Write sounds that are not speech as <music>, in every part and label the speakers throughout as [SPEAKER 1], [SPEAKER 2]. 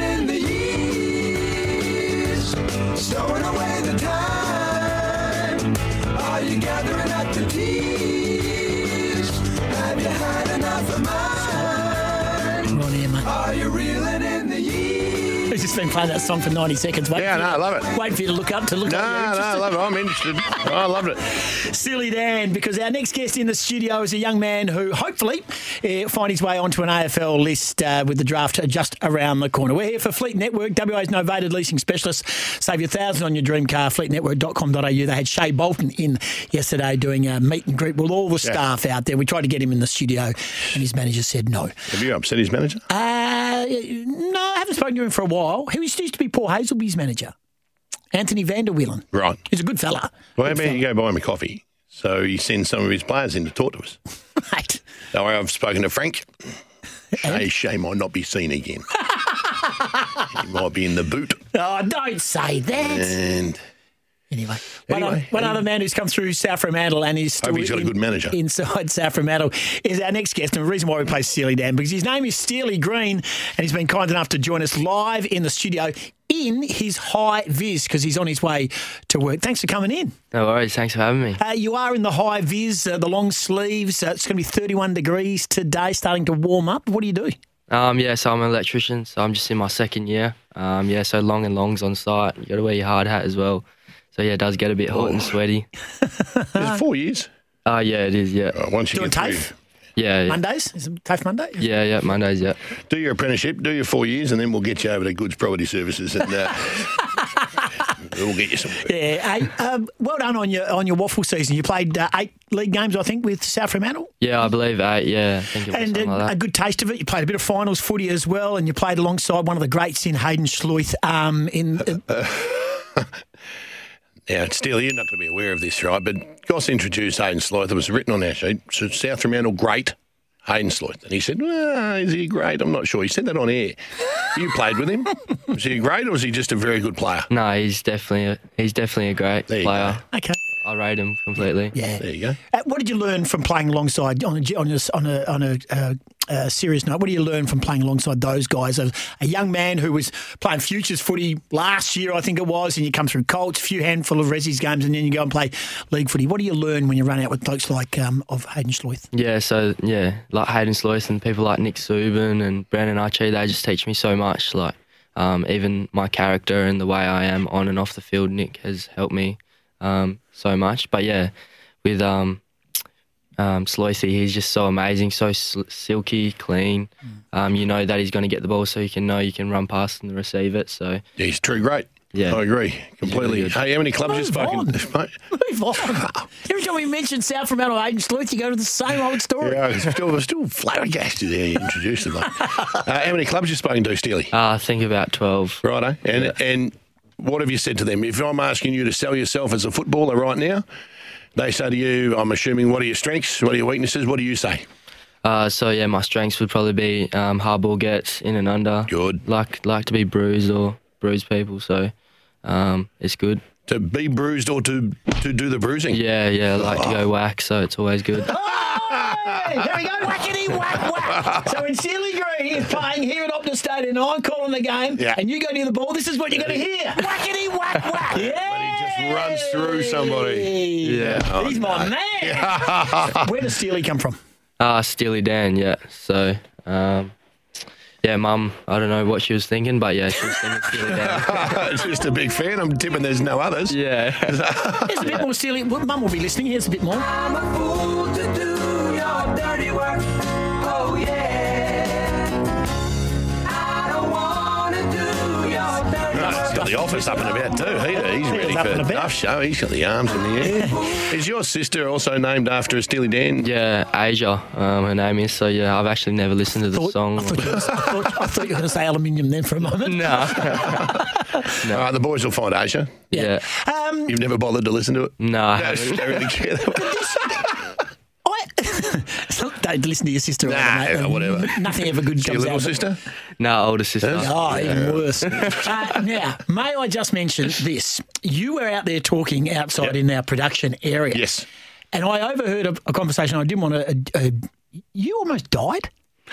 [SPEAKER 1] in the years? Stowing away the time? Are you gathering up the tears? Have you had enough of mine? Are you reeling in the years?
[SPEAKER 2] We've just been playing that song for 90 seconds. Wait
[SPEAKER 3] Yeah,
[SPEAKER 2] for
[SPEAKER 3] no,
[SPEAKER 2] you-
[SPEAKER 3] I love it.
[SPEAKER 2] Wait for you to look up to look
[SPEAKER 3] No, no,
[SPEAKER 2] up.
[SPEAKER 3] I love it. I'm interested.
[SPEAKER 2] <laughs>
[SPEAKER 3] I loved it.
[SPEAKER 2] Silly Dan, because our next guest in the studio is a young man who hopefully eh, find his way onto an AFL list uh, with the draft just around the corner. We're here for Fleet Network, WA's novated leasing specialist. Save your thousand on your dream car, fleetnetwork.com.au. They had Shay Bolton in yesterday doing a meet and greet with all the staff out there. We tried to get him in the studio and his manager said no.
[SPEAKER 3] Have you upset his manager?
[SPEAKER 2] Uh, no, I haven't spoken to him for a while. He used to be Paul Hazelby's manager, Anthony Vanderwillen.
[SPEAKER 4] Right.
[SPEAKER 2] He's a good fella. <laughs>
[SPEAKER 4] Well, how about you go buy him a coffee? So he sends some of his players in to talk to us.
[SPEAKER 2] Mate.
[SPEAKER 4] Don't worry, I've spoken to Frank. Shay, Shay might not be seen again. he might be in the boot.
[SPEAKER 2] Oh, don't say that.
[SPEAKER 4] And
[SPEAKER 2] Anyway, one,
[SPEAKER 4] Anyway, um,
[SPEAKER 2] other, one other man who's come through South Fremantle and is still
[SPEAKER 4] Hope he's got a
[SPEAKER 2] in-
[SPEAKER 4] good manager.
[SPEAKER 2] inside <laughs> South Fremantle is our next guest. And the reason why we play Steely Dan because his name is Steely Green and he's been kind enough to join us live in the studio in his high vis because he's on his way to work. Thanks for coming in.
[SPEAKER 5] No worries. Thanks for having me.
[SPEAKER 2] Uh, you are in the high vis, uh, the long sleeves. Uh, it's going to be 31 degrees today, starting to warm up. What do you do?
[SPEAKER 5] Um, yeah, so I'm an electrician, so I'm just in my second year. Um, yeah, so long and longs on site. You got to wear your hard hat as well. So yeah, it does get a bit hot
[SPEAKER 4] Oh.
[SPEAKER 5] and sweaty.
[SPEAKER 4] Is it four years?
[SPEAKER 5] Uh, yeah, it is. Yeah,
[SPEAKER 4] Uh, once you
[SPEAKER 2] Doing
[SPEAKER 4] get
[SPEAKER 2] TAFE?
[SPEAKER 4] through,
[SPEAKER 5] yeah, yeah,
[SPEAKER 2] Mondays? Is it TAFE Monday?
[SPEAKER 5] yeah, yeah. Mondays, yeah.
[SPEAKER 4] do your apprenticeship, do your four years, and then we'll get you over to Goods Property Services and uh, we'll get you some work.
[SPEAKER 2] Yeah, hey, um, well done on your on your waffle season. You played uh, eight league games, I think, with South Fremantle,
[SPEAKER 5] Yeah, I believe eight. Yeah, I think it was
[SPEAKER 2] and
[SPEAKER 5] something
[SPEAKER 2] uh,
[SPEAKER 5] like
[SPEAKER 2] a
[SPEAKER 5] that.
[SPEAKER 2] good taste of it. You played a bit of finals footy as well, and you played alongside one of the greats in Hayden Schluth. Um, in uh,
[SPEAKER 4] Now, Steele, you're not going to be aware of this, right? But Goss introduced Hayden Sloth. It was written on our sheet. So South Fremantle, great. Hayden Sloth. And he said, well, is he great? I'm not sure. He said that on air. You played with
[SPEAKER 5] <laughs>
[SPEAKER 4] him. Was he great or was he just a very good player?
[SPEAKER 5] No, he's definitely a, he's definitely a great
[SPEAKER 4] There you
[SPEAKER 5] player.
[SPEAKER 2] okay,
[SPEAKER 5] I rate him completely.
[SPEAKER 2] yeah.
[SPEAKER 4] There you go.
[SPEAKER 2] Uh, what did you learn from playing alongside on a on a on a, on a uh, uh, serious note? What did you learn from playing alongside those guys? A, a young man who was playing futures footy last year, I think it was, and you come through Colts, a few handful of Resi's games, and then you go and play league footy. What do you learn when you run out with folks like um, of Hayden Schluth?
[SPEAKER 5] Yeah, so yeah, like Hayden Sloyce and people like Nick Subin and Brandon Archie, they just teach me so much. Like, um, even my character and the way I am on and off the field, Nick has helped me um, so much. But yeah, with um, um, Sloyce, he's just so amazing, so sl- silky, clean. Um, you know that he's going to get the ball, so you can know you can run past and receive it. So
[SPEAKER 4] Yeah, he's true great.
[SPEAKER 5] Yeah.
[SPEAKER 4] I agree completely.
[SPEAKER 5] really good.
[SPEAKER 4] hey, how many clubs is
[SPEAKER 2] Move
[SPEAKER 4] fucking. <laughs> Mate,
[SPEAKER 2] Move on. <laughs> Every time we mention South Fremantle Hayden Schluth, you go to the same old story.
[SPEAKER 4] yeah, I'm still, I'm still flabbergasted there. You introduced
[SPEAKER 5] <laughs>
[SPEAKER 4] him, mate. Uh, how many clubs you spoken to, Steely?
[SPEAKER 5] uh, I think about twelve.
[SPEAKER 4] Righto. And and what have you said to them? If I'm asking you to sell yourself as a footballer right now, they say to you, I'm assuming, what are your strengths? What are your weaknesses? What do you say?
[SPEAKER 5] Uh, so yeah, my strengths would probably be um, hard ball gets in and under.
[SPEAKER 4] Good.
[SPEAKER 5] Like like to be bruised or bruise people, so um, it's good.
[SPEAKER 4] To be bruised or to, to do the bruising?
[SPEAKER 5] Yeah, yeah, like to go whack, so it's always good.
[SPEAKER 4] <laughs>
[SPEAKER 2] Hey, there we go, whackety whack whack. So when Silly Green is playing here at Optus Stadium, and I'm calling the game,
[SPEAKER 4] Yeah.
[SPEAKER 2] and you go near the ball, this is what you're going to hear: whackety whack whack. Yeah.
[SPEAKER 4] But he just runs through somebody.
[SPEAKER 5] Yeah.
[SPEAKER 4] Oh,
[SPEAKER 2] He's my man.
[SPEAKER 4] <laughs>
[SPEAKER 2] Where does Steely come from?
[SPEAKER 5] Uh, Steely Dan, yeah. So, um, yeah, mum, I don't know what she was thinking, but yeah, she was thinking Steely
[SPEAKER 4] <laughs>
[SPEAKER 5] Dan.
[SPEAKER 4] just a big fan. I'm tipping there's no others.
[SPEAKER 5] Yeah.
[SPEAKER 2] There's a bit more Steely. Well, Mum will be listening. Here's a bit more.
[SPEAKER 1] I'm a fool to do your dirty work. Oh yeah.
[SPEAKER 4] got the office up and about too. He, he's ready
[SPEAKER 2] up
[SPEAKER 4] for
[SPEAKER 2] and
[SPEAKER 4] a
[SPEAKER 2] about.
[SPEAKER 4] tough show. He's got the arms in the
[SPEAKER 5] <laughs>
[SPEAKER 4] air. Is your sister also named after a Steely Dan?
[SPEAKER 5] <laughs> Yeah, Asia, um, her name is. So yeah, I've actually never listened to the
[SPEAKER 2] Thought-
[SPEAKER 5] song.
[SPEAKER 2] I
[SPEAKER 5] <laughs>
[SPEAKER 2] thought, you was- I thought- I thought you were going to say aluminium then for a moment.
[SPEAKER 5] no.
[SPEAKER 4] All right, Uh, the boys will find Asia.
[SPEAKER 5] yeah.
[SPEAKER 2] Um,
[SPEAKER 4] You've never bothered to listen to it?
[SPEAKER 5] No, I
[SPEAKER 4] No,
[SPEAKER 5] haven't.
[SPEAKER 4] don't really care.
[SPEAKER 5] <laughs>
[SPEAKER 4] <laughs>
[SPEAKER 2] I <laughs> don't listen to your sister.
[SPEAKER 4] Nah,
[SPEAKER 2] either, mate.
[SPEAKER 4] whatever.
[SPEAKER 2] Nothing ever good
[SPEAKER 4] Your
[SPEAKER 2] comes out
[SPEAKER 4] little
[SPEAKER 2] of it.
[SPEAKER 4] sister?
[SPEAKER 5] No, older sister.
[SPEAKER 2] Oh, even worse. <laughs> uh, now, may I just mention this? You were out there talking outside
[SPEAKER 4] Yep.
[SPEAKER 2] in our production area.
[SPEAKER 4] Yes.
[SPEAKER 2] And I overheard a, a conversation. I didn't want to. Uh, uh, you almost died.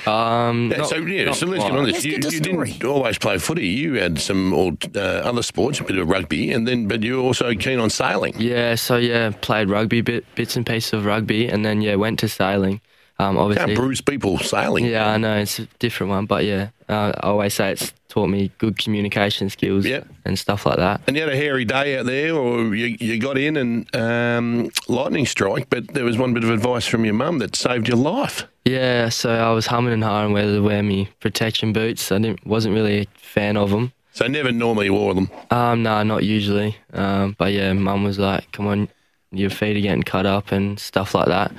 [SPEAKER 5] Um,
[SPEAKER 4] Yeah,
[SPEAKER 5] not-
[SPEAKER 4] so yeah,
[SPEAKER 5] not
[SPEAKER 4] so let's
[SPEAKER 5] quite.
[SPEAKER 4] get on this.
[SPEAKER 2] Let's
[SPEAKER 4] you
[SPEAKER 2] get to
[SPEAKER 4] you
[SPEAKER 2] story.
[SPEAKER 4] didn't always play footy. You had some old, uh, other sports, a bit of rugby, and then but you were also keen on sailing.
[SPEAKER 5] Yeah, so yeah, played rugby bit, bits and pieces of rugby, and then yeah, went to sailing. Um,
[SPEAKER 4] Can't
[SPEAKER 5] obviously,
[SPEAKER 4] bruise people sailing.
[SPEAKER 5] yeah, I know it's a different one, but yeah, uh, I always say it's taught me good communication skills
[SPEAKER 4] Yeah.
[SPEAKER 5] and stuff like that.
[SPEAKER 4] And you had a hairy day out there, or you, you got in and um, lightning strike, but there was one bit of advice from your mum that saved your life.
[SPEAKER 5] Yeah, so I was humming and hawing whether to wear me protection boots. I didn't wasn't really a fan of them.
[SPEAKER 4] So never normally wore them.
[SPEAKER 5] Um, no, not usually. Um, but yeah, mum was like, "Come on, your feet are getting cut up and stuff like that."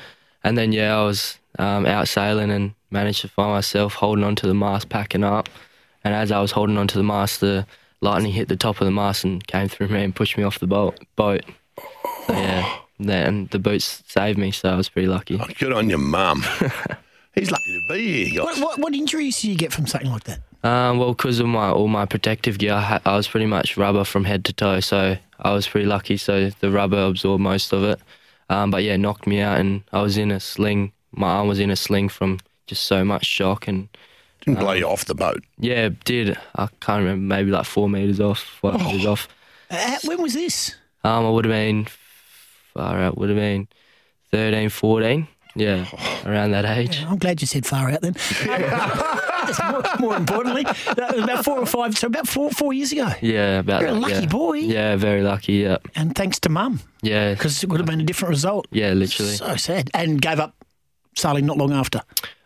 [SPEAKER 5] And then yeah, I was um, out sailing and managed to find myself holding onto the mast, packing up. And as I was holding onto the mast, the lightning hit the top of the mast and came through me and pushed me off the boat. Boat. So, yeah, then the boots saved me, so I was pretty lucky.
[SPEAKER 4] Oh, good on your
[SPEAKER 5] <laughs>
[SPEAKER 4] mum. He's lucky to be here.
[SPEAKER 2] What,
[SPEAKER 4] guys.
[SPEAKER 2] what, what injuries do you get from something like that?
[SPEAKER 5] Um, well, because of my all my protective gear, I, ha- I was pretty much rubber from head to toe, so I was pretty lucky. So the rubber absorbed most of it, um, but yeah, knocked me out, and I was in a sling. My arm was in a sling from just so much shock, and
[SPEAKER 4] Didn't blow you off the boat.
[SPEAKER 5] yeah, it did I can't remember maybe like four meters off, five
[SPEAKER 2] Oh.
[SPEAKER 5] meters off.
[SPEAKER 2] Uh, when was this?
[SPEAKER 5] Um, I would have been far out, would have been 13, 14. yeah,
[SPEAKER 2] Oh.
[SPEAKER 5] around that age.
[SPEAKER 2] I'm glad you said far out then. That's more, more importantly, that was about four or five, so about four four years ago.
[SPEAKER 5] Yeah, about
[SPEAKER 2] You're a
[SPEAKER 5] that,
[SPEAKER 2] lucky
[SPEAKER 5] yeah.
[SPEAKER 2] boy.
[SPEAKER 5] Yeah, very lucky. Yeah,
[SPEAKER 2] And thanks to mum,
[SPEAKER 5] yeah,
[SPEAKER 2] because it would have been a different result.
[SPEAKER 5] yeah, literally.
[SPEAKER 2] So sad. And gave up sailing not long after.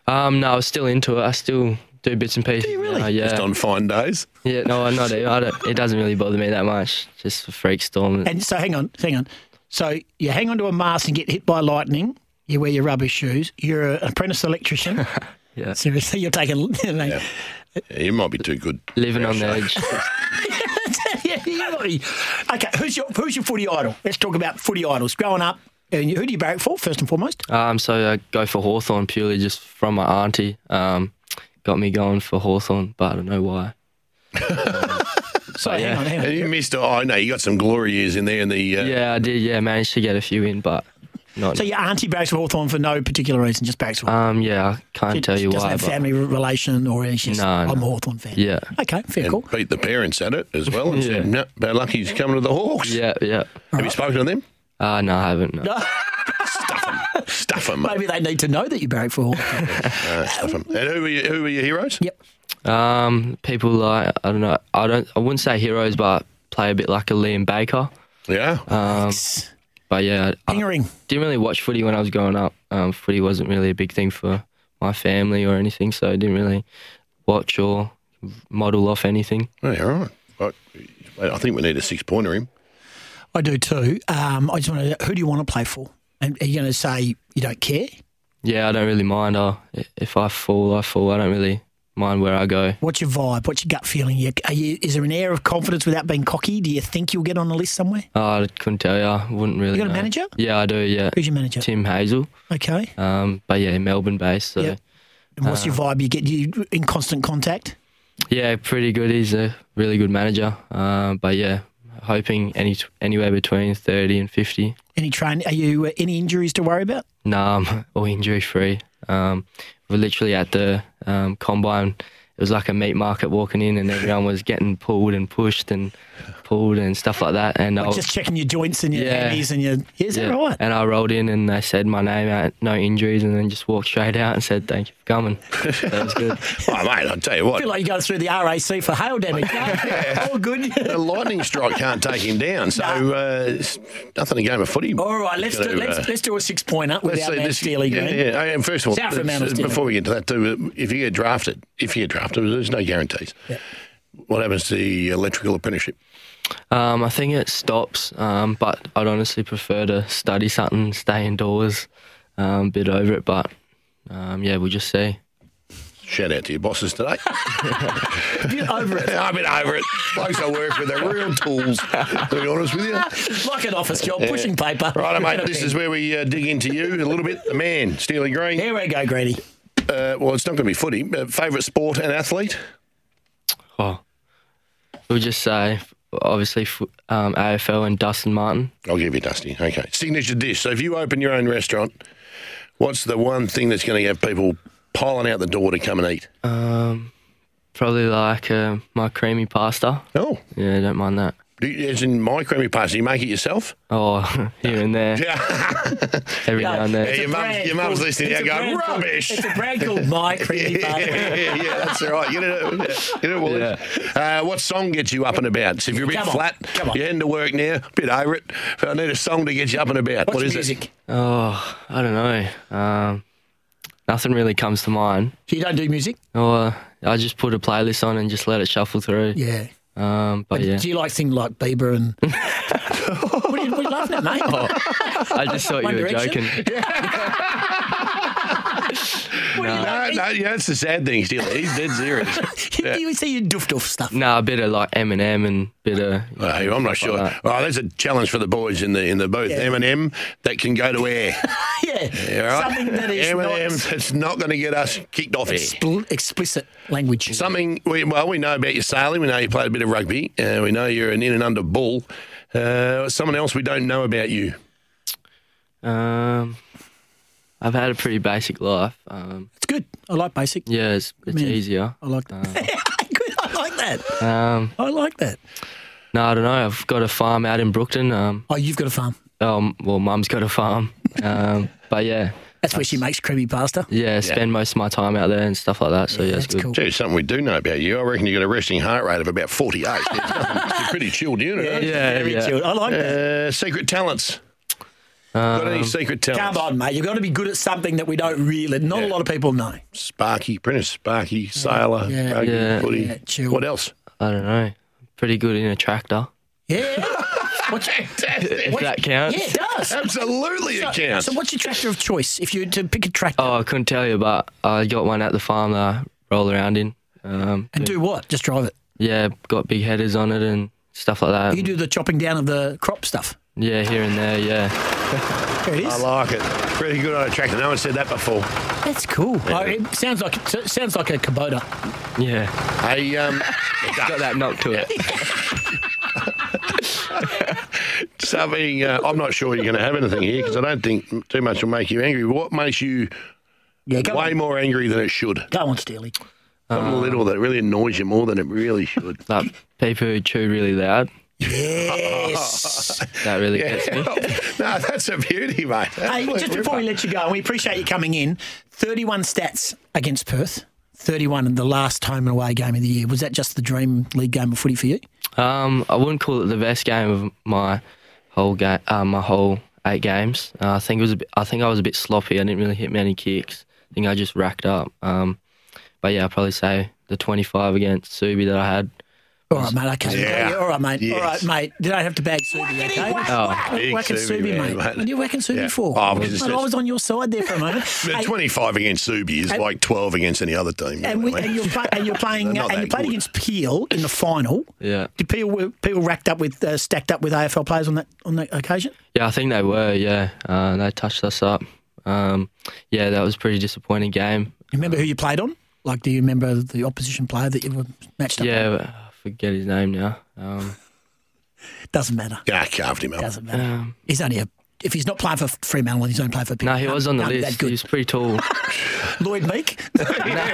[SPEAKER 5] Um, no, I was still into it. I still do bits and pieces. Do you
[SPEAKER 2] really?
[SPEAKER 5] yeah.
[SPEAKER 4] Just on fine days.
[SPEAKER 5] yeah. No, I'm not. I don't, it doesn't really bother me that much. Just for freak storm.
[SPEAKER 2] And so hang on, hang on. So you hang onto a mast and get hit by lightning. You wear your rubber shoes. You're an apprentice electrician.
[SPEAKER 5] <laughs> Yeah.
[SPEAKER 2] Seriously, you're <laughs> taking. Yeah.
[SPEAKER 4] Yeah, you might be too good.
[SPEAKER 5] Living on the edge.
[SPEAKER 2] yeah. okay, who's your who's your footy idol? Let's talk about footy idols. Growing up, and who do you barrack for first and foremost?
[SPEAKER 5] <laughs> Um, so I go for Hawthorn purely just from my auntie. Um, got me going for Hawthorn, but I don't know why.
[SPEAKER 2] So hang
[SPEAKER 5] Uh, yeah.
[SPEAKER 2] on, hang on.
[SPEAKER 4] And you missed. Oh, I know. You got some glory years in there in the. Uh,
[SPEAKER 5] Yeah, I did. Yeah, managed to get a few in, but not.
[SPEAKER 2] So your auntie barracks for Hawthorn for no particular reason, just barracks for.
[SPEAKER 5] um, yeah, I can't
[SPEAKER 2] She
[SPEAKER 5] tell you
[SPEAKER 2] doesn't
[SPEAKER 5] why.
[SPEAKER 2] have
[SPEAKER 5] But,
[SPEAKER 2] family re- relation or anything.
[SPEAKER 5] No,
[SPEAKER 2] I'm
[SPEAKER 5] no.
[SPEAKER 2] a Hawthorn fan.
[SPEAKER 5] Yeah.
[SPEAKER 2] Okay, fair
[SPEAKER 4] And
[SPEAKER 2] call.
[SPEAKER 4] beat the parents at it as well. And
[SPEAKER 2] <laughs>
[SPEAKER 5] Yeah.
[SPEAKER 4] said, no, but lucky's coming to the Hawks.
[SPEAKER 5] yeah, yeah.
[SPEAKER 4] Have you spoken to them?
[SPEAKER 5] Uh, no, I haven't. No.
[SPEAKER 4] Stuff them.
[SPEAKER 2] Maybe they need to know that you barrack for Hawthorn.
[SPEAKER 5] <laughs>
[SPEAKER 4] Stuff 'em. And who were, you, who were your heroes?
[SPEAKER 2] yep.
[SPEAKER 5] Um, people like I don't know. I don't. I wouldn't say heroes, but play a bit like a Liam Baker.
[SPEAKER 4] Yeah.
[SPEAKER 2] Uh,
[SPEAKER 5] Um, But yeah, I,
[SPEAKER 2] Pingering.
[SPEAKER 5] didn't really watch footy when I was growing up. Um, footy wasn't really a big thing for my family or anything, so I didn't really watch or model off anything.
[SPEAKER 4] Oh, yeah, all right. Right. Wait, I think we need a six pointer him. <laughs>
[SPEAKER 2] I do too. Um, I just want to. Who do you want to play for? And are you going to say you don't care?
[SPEAKER 5] Yeah, I don't really mind. I, if I fall, I fall. I don't really mind where I go.
[SPEAKER 2] What's your vibe? What's your gut feeling? You, are you, is there an air of confidence without being cocky? Do you think you'll get on the list somewhere?
[SPEAKER 5] Oh, I couldn't tell you. I wouldn't really.
[SPEAKER 2] You got a
[SPEAKER 5] know.
[SPEAKER 2] manager?
[SPEAKER 5] Yeah, I do. Yeah,
[SPEAKER 2] Who's your manager?
[SPEAKER 5] Tim Hazel.
[SPEAKER 2] Okay.
[SPEAKER 5] Um, but yeah, Melbourne based. So
[SPEAKER 2] Yeah. And what's your
[SPEAKER 4] Uh,
[SPEAKER 2] vibe? You get you in constant contact.
[SPEAKER 5] yeah, pretty good. He's a really good manager. Um, but yeah, hoping any anywhere between thirty and fifty.
[SPEAKER 2] Any train? Are you uh, any injuries to worry about?
[SPEAKER 5] No, <laughs> I'm all injury free. Um, we're literally at the um, combine. It was like a meat market walking in, and everyone was getting pulled and pushed and pulled and stuff like that. And
[SPEAKER 4] Oh.
[SPEAKER 5] I was,
[SPEAKER 2] Just checking your joints and your
[SPEAKER 5] Yeah.
[SPEAKER 2] hammies and your. Is
[SPEAKER 5] yeah.
[SPEAKER 2] that right?
[SPEAKER 5] And I rolled in, and they said my name out, no injuries, and then just walked straight out and said thank you
[SPEAKER 2] <laughs>
[SPEAKER 5] for coming. that was good.
[SPEAKER 4] Oh, mate, I'll tell you
[SPEAKER 2] I
[SPEAKER 4] what.
[SPEAKER 2] feel like you're going through the RAC for hail
[SPEAKER 4] <laughs>
[SPEAKER 2] damage. All good.
[SPEAKER 4] a lightning strike can't take him down, so uh, it's nothing a game of footy.
[SPEAKER 2] All right, let's do, let's, let's do a six pointer
[SPEAKER 4] uh, Let's
[SPEAKER 2] without
[SPEAKER 4] see
[SPEAKER 2] man
[SPEAKER 4] this-
[SPEAKER 2] Steely
[SPEAKER 4] yeah,
[SPEAKER 2] Green.
[SPEAKER 4] yeah. And first of all,
[SPEAKER 2] South of
[SPEAKER 4] let's-
[SPEAKER 2] Mount Steely.
[SPEAKER 4] uh, before we get to that, too, if you get drafted, if you get drafted, there's no guarantees. What happens to the electrical apprenticeship?
[SPEAKER 5] Um, I think it stops, um, but I'd honestly prefer to study something, stay indoors, um, bit over it. But um, yeah, we'll just see.
[SPEAKER 4] Shout out to your
[SPEAKER 2] <laughs>
[SPEAKER 4] bosses today.
[SPEAKER 2] Get over
[SPEAKER 4] <laughs>
[SPEAKER 2] it.
[SPEAKER 4] I've been over it. Blokes I work with are real tools, to be honest with you.
[SPEAKER 2] like an office job, pushing paper.
[SPEAKER 4] Right, mate, this is where we uh, dig into you a little bit. The man, Steely Green.
[SPEAKER 2] Here we go, Greeny.
[SPEAKER 4] Uh, well, it's not going to be footy. Uh, Favourite sport and athlete?
[SPEAKER 5] Oh, we'll just say obviously f- um, AFL and Dustin Martin.
[SPEAKER 4] I'll give you Dusty. Okay. Signature dish. So if you open your own restaurant, what's the one thing that's going to have people piling out the door to come and eat?
[SPEAKER 5] Um, probably like uh, my creamy pasta.
[SPEAKER 4] Oh,
[SPEAKER 5] Yeah, don't mind that.
[SPEAKER 4] do you, as in my creamy pasta, you make it yourself?
[SPEAKER 5] Oh, <laughs> here
[SPEAKER 4] <laughs>
[SPEAKER 5] and there,
[SPEAKER 4] Yeah.
[SPEAKER 5] every now and
[SPEAKER 4] Yeah,
[SPEAKER 5] then.
[SPEAKER 4] your mum's, your mum's listening
[SPEAKER 2] It's a
[SPEAKER 4] now going,
[SPEAKER 2] brand called-
[SPEAKER 4] rubbish.
[SPEAKER 2] It's a brand called
[SPEAKER 4] <laughs>
[SPEAKER 2] My Creamy Pasta.
[SPEAKER 4] yeah, yeah, that's all right. You know, you know what? Uh, what song gets you up and about? So if you're a bit
[SPEAKER 2] Come on,
[SPEAKER 4] flat,
[SPEAKER 2] come on.
[SPEAKER 4] you're heading to work now, a bit over it. I need a song to get you up and about.
[SPEAKER 2] What's
[SPEAKER 4] What is
[SPEAKER 2] music?
[SPEAKER 5] Oh, I don't know. Um, nothing really comes to mind.
[SPEAKER 2] So you don't do music?
[SPEAKER 5] Or I just put a playlist on and just let it shuffle through.
[SPEAKER 2] Yeah.
[SPEAKER 5] Um, but yeah,
[SPEAKER 2] Do you like things like Bieber
[SPEAKER 4] <laughs>
[SPEAKER 2] and? what, are you, what are you laughing at, mate?
[SPEAKER 4] Oh,
[SPEAKER 5] I just thought
[SPEAKER 2] One
[SPEAKER 5] you were
[SPEAKER 2] Direction?
[SPEAKER 5] joking.
[SPEAKER 2] <laughs>
[SPEAKER 4] it? No, no, yeah, that's the sad thing. Still, he's
[SPEAKER 2] <laughs>
[SPEAKER 4] dead serious.
[SPEAKER 2] you see your doof doof stuff.
[SPEAKER 5] No, a bit of like Eminem and bit of.
[SPEAKER 4] Uh, I'm not sure.
[SPEAKER 5] that.
[SPEAKER 4] Oh, there's a challenge for the boys in the in the booth.
[SPEAKER 2] Yeah.
[SPEAKER 4] Eminem that can go to air.
[SPEAKER 2] Yeah.
[SPEAKER 4] Yeah, all right?
[SPEAKER 2] Something that is
[SPEAKER 4] Eminem
[SPEAKER 2] not
[SPEAKER 4] that's not going to get us kicked off air.
[SPEAKER 2] expl- explicit language.
[SPEAKER 4] Something we, well, we know about your sailing. We know you played a bit of rugby. Uh, we know you're an in and under bull. Uh, someone else we don't know about you.
[SPEAKER 5] Um, I've had a pretty basic life. Um,
[SPEAKER 2] It's good. I like basic.
[SPEAKER 5] yeah, it's, it's
[SPEAKER 2] Man.
[SPEAKER 5] easier.
[SPEAKER 2] I like that. <laughs> good. I like that.
[SPEAKER 5] Um,
[SPEAKER 2] I like that.
[SPEAKER 5] no, I don't know. I've got a farm out in Brookton. Um,
[SPEAKER 2] Oh, you've got a farm.
[SPEAKER 5] um well, Mum's got a <laughs> farm. Um, but yeah,
[SPEAKER 2] That's where she makes creamy pasta.
[SPEAKER 5] yeah, spend most of my time out there and stuff like that. So yeah, it's
[SPEAKER 2] That's
[SPEAKER 5] good.
[SPEAKER 2] cool.
[SPEAKER 4] Gee, something we do know about you. I reckon you got a resting heart rate of about 48. <laughs> You're pretty chilled unit. aren't you?
[SPEAKER 5] Yeah,
[SPEAKER 2] Very
[SPEAKER 5] yeah.
[SPEAKER 2] chilled. I like that.
[SPEAKER 4] Uh, secret talents. got any secret
[SPEAKER 2] Um, Come
[SPEAKER 4] talents?
[SPEAKER 2] on, mate. You've got to be good at something that we don't really, not a
[SPEAKER 4] Yeah.
[SPEAKER 2] lot of people know.
[SPEAKER 4] Sparky, Prentice Sparky, Sailor,
[SPEAKER 2] Yeah.
[SPEAKER 4] rugby,
[SPEAKER 5] Yeah.
[SPEAKER 4] footy.
[SPEAKER 2] Yeah, chill.
[SPEAKER 4] What else?
[SPEAKER 5] I don't know. Pretty good in a tractor.
[SPEAKER 2] Yeah. What's your,
[SPEAKER 4] Fantastic.
[SPEAKER 5] If that counts.
[SPEAKER 2] yeah, it does.
[SPEAKER 4] <laughs> Absolutely, it counts.
[SPEAKER 2] So, what's your tractor of choice if you were to pick a tractor
[SPEAKER 5] Oh, I couldn't tell you, but I got one at the farm that I roll around in. Um,
[SPEAKER 2] and do what? Just drive it.
[SPEAKER 5] yeah, got big headers on it and stuff like that.
[SPEAKER 2] You do the chopping down of the crop stuff.
[SPEAKER 5] Yeah, here and there. Yeah,
[SPEAKER 2] There it
[SPEAKER 4] I
[SPEAKER 2] is.
[SPEAKER 4] like it. Pretty good on a tractor. No one said that before.
[SPEAKER 2] That's cool. Oh, it sounds like it sounds like a Kubota.
[SPEAKER 5] yeah.
[SPEAKER 4] Hey, um, <laughs>
[SPEAKER 5] Got that knock to
[SPEAKER 2] <laughs>
[SPEAKER 5] it.
[SPEAKER 4] something. Uh, I'm not sure you're going to have anything here because I don't think too much will make you angry. What makes you
[SPEAKER 2] Yeah, go
[SPEAKER 4] way
[SPEAKER 2] on.
[SPEAKER 4] more angry than it should?
[SPEAKER 2] Go on, Steely.
[SPEAKER 4] Something little that really annoys you more than it really should.
[SPEAKER 5] Like people who chew really loud.
[SPEAKER 4] <laughs>
[SPEAKER 2] Yes.
[SPEAKER 5] That really gets me.
[SPEAKER 4] <laughs> no, that's a beauty, mate.
[SPEAKER 2] hey, just before we let you go, and we appreciate you coming in. Thirty-one stats against Perth. Thirty-one in the last home and away game of the year. Was that just the dream league game of footy for you?
[SPEAKER 5] Um, I wouldn't call it the best game of my whole game, uh, my whole eight games. Uh, I think it was. A bit, I think I was a bit sloppy. I didn't really hit many kicks. I think I just racked up. Um, but yeah, I'd probably say the 25 against Subi that I had.
[SPEAKER 2] All right, mate. Okay.
[SPEAKER 4] Yeah.
[SPEAKER 2] All right, mate. All right,
[SPEAKER 4] Yes. Oh,
[SPEAKER 2] mate. You don't have to bag Subi, okay?
[SPEAKER 4] Big
[SPEAKER 2] Whacking
[SPEAKER 4] Subi,
[SPEAKER 2] Subi,
[SPEAKER 4] man,
[SPEAKER 2] mate.
[SPEAKER 4] mate.
[SPEAKER 2] What are you whacking Subi
[SPEAKER 4] Yeah.
[SPEAKER 2] for?
[SPEAKER 4] Oh, because
[SPEAKER 2] mate,
[SPEAKER 4] it's
[SPEAKER 2] I
[SPEAKER 4] just-
[SPEAKER 2] was on your side there for a
[SPEAKER 4] <laughs>
[SPEAKER 2] moment.
[SPEAKER 4] The
[SPEAKER 2] Hey,
[SPEAKER 4] 25 against Subi is
[SPEAKER 2] Hey.
[SPEAKER 4] like 12 against any other team.
[SPEAKER 2] and, we, and, you're play, and you're playing,
[SPEAKER 4] They're
[SPEAKER 2] uh,
[SPEAKER 4] not
[SPEAKER 2] and you
[SPEAKER 4] that
[SPEAKER 2] played
[SPEAKER 4] good.
[SPEAKER 2] against Peel in the final.
[SPEAKER 5] Yeah.
[SPEAKER 2] Did Peel were Peel racked up with uh, stacked up with AFL players on that on that occasion?
[SPEAKER 5] Yeah, I think they were. Yeah, uh, they touched us up. Um, yeah, that was a pretty disappointing game.
[SPEAKER 2] You remember who you played on? Like, do you remember the opposition player that you were matched up?
[SPEAKER 5] Yeah, I forget his name now. Um,
[SPEAKER 2] with? doesn't matter.
[SPEAKER 4] yeah, carved him up.
[SPEAKER 2] Doesn't matter. he's only a if he's not playing for Fremantle, he's only playing for.
[SPEAKER 5] Um, no, he was on the
[SPEAKER 2] Can't be
[SPEAKER 5] list.
[SPEAKER 2] That
[SPEAKER 5] He
[SPEAKER 2] good.
[SPEAKER 5] was pretty tall.
[SPEAKER 2] Lloyd
[SPEAKER 5] <laughs>
[SPEAKER 2] Meek.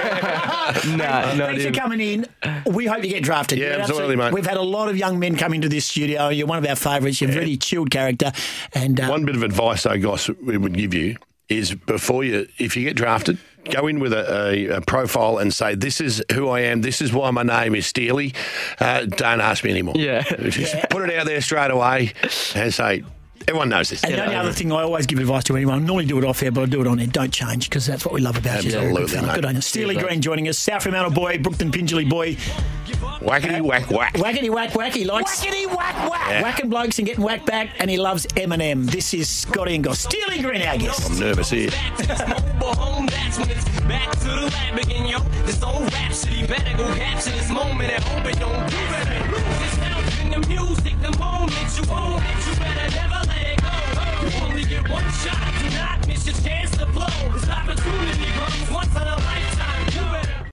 [SPEAKER 2] <laughs>
[SPEAKER 5] no, no,
[SPEAKER 2] Thanks for
[SPEAKER 5] dude.
[SPEAKER 2] coming in. We hope you get drafted.
[SPEAKER 4] Yeah,
[SPEAKER 2] You're an
[SPEAKER 4] absolutely, mate.
[SPEAKER 2] We've had a lot of young men come into this studio. You're one of our favourites. You're a really chilled character, and uh,
[SPEAKER 4] One bit of advice, though, Goss, we would give you is before you, if you get drafted, go in with a, a, a profile and say, This is who I am. This is why my name is Steely. Uh, don't ask me anymore.
[SPEAKER 5] <laughs> <laughs> Yeah.
[SPEAKER 4] Just put it out there straight away and say, Everyone knows this.
[SPEAKER 2] And the only other thing I always give advice to anyone, I normally do it off air, but I do it on air. Don't change because that's what we love about you.
[SPEAKER 4] Absolutely,
[SPEAKER 2] Good, fella.
[SPEAKER 4] mate.
[SPEAKER 2] Good on you. Steely Green joining us, South Fremantle boy, Brookton Pingerley boy.
[SPEAKER 4] Whackety whack whack.
[SPEAKER 2] Whackety whack whack. He likes whackety whack whack.
[SPEAKER 4] Yeah.
[SPEAKER 2] Whacking blokes and getting whacked back, and he loves Eminem. This is Scotty and Goss. Stealing Green, our guest.
[SPEAKER 4] I'm nervous here.
[SPEAKER 6] Back to the lab again, yo. It's over.